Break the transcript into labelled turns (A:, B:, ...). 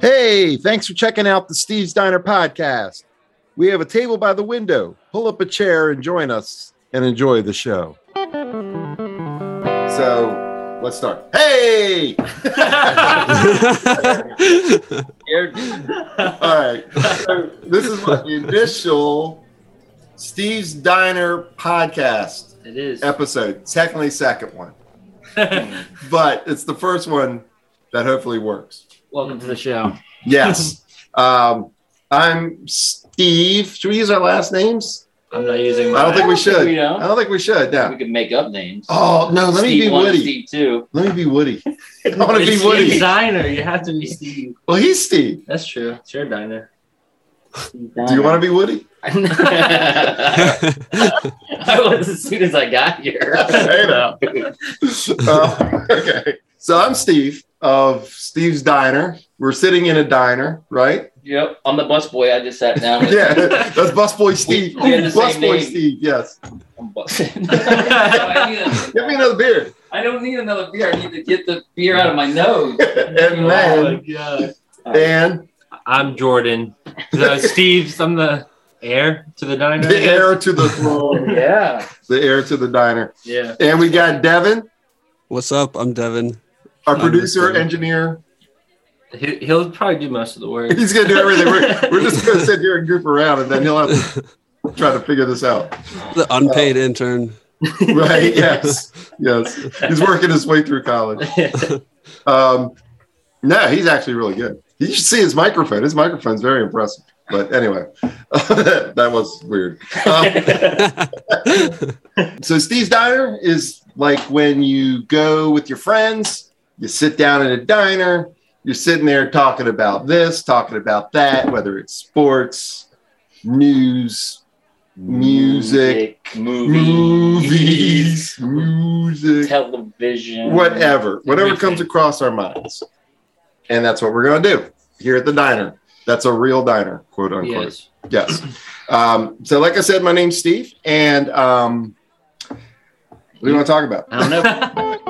A: Hey, thanks for checking out the Steve's Diner podcast. We have a table by the window. Pull up a chair and join us and enjoy the show. So let's start. Hey! All right. So this is my initial Steve's Diner podcast
B: it is.
A: episode, technically second one, but it's the first one that hopefully works.
B: Welcome to the show.
A: Yes. um, I'm Steve. Should we use our last names?
B: I'm not using.
A: I don't think we should.
C: we
A: I don't think we should.
C: We
A: No.
C: could make up names.
A: Oh no, let me
C: Steve
A: be
C: one,
A: Woody.
C: Steve two.
A: Let me be Woody. I want to be Woody.
B: Diner. You have to be Steve.
A: Well, he's Steve.
B: That's true. It's your diner.
A: Do you want to be Woody?
C: I was as soon as I got here.
A: Hey, now. Uh, okay. So I'm Steve of Steve's Diner. We're sitting in a diner, right?
C: Yep, I'm the busboy. I just sat down. With
A: Yeah, that's Busboy Steve.
C: We have the same
A: Busboy
C: name.
A: Steve, yes.
C: I'm busting.
A: Give me another beer.
C: I don't need another beer. I need to get the beer out of my nose.
A: and then,
B: god.
A: and
B: I'm Jordan. So Steve's. I'm the heir to the diner. I
A: the
B: guess?
A: heir to the throne,
C: Yeah.
A: the heir to the diner.
B: Yeah.
A: And we got Devin,
D: What's up? I'm Devin.
A: our
D: I'm
A: producer,
D: listening.
A: engineer.
B: He, he'll probably do most of the work.
A: He's going to do everything. We're, we're just going to sit here and goof around, and then he'll have to try to figure this out.
D: The unpaid
B: Uh,
D: intern.
A: Right? Yes. Yes. He's working his way through college. Um, no, he's actually really good. You should see his microphone. His microphone's very impressive. But anyway, that was weird. Um, so Steve's Diner is like when you go with your friends, you sit down at a diner, you're sitting there talking about this, talking about that, whether it's sports, news, music, movies, music,
C: television,
A: whatever, whatever comes
B: Everything.
A: across our minds. And that's what we're going to do here at the diner. That's a real diner, quote unquote.
B: yes.
A: Yes. Um, so, like I said, my name's Steve, and um, what do you want to talk about?
C: I don't know.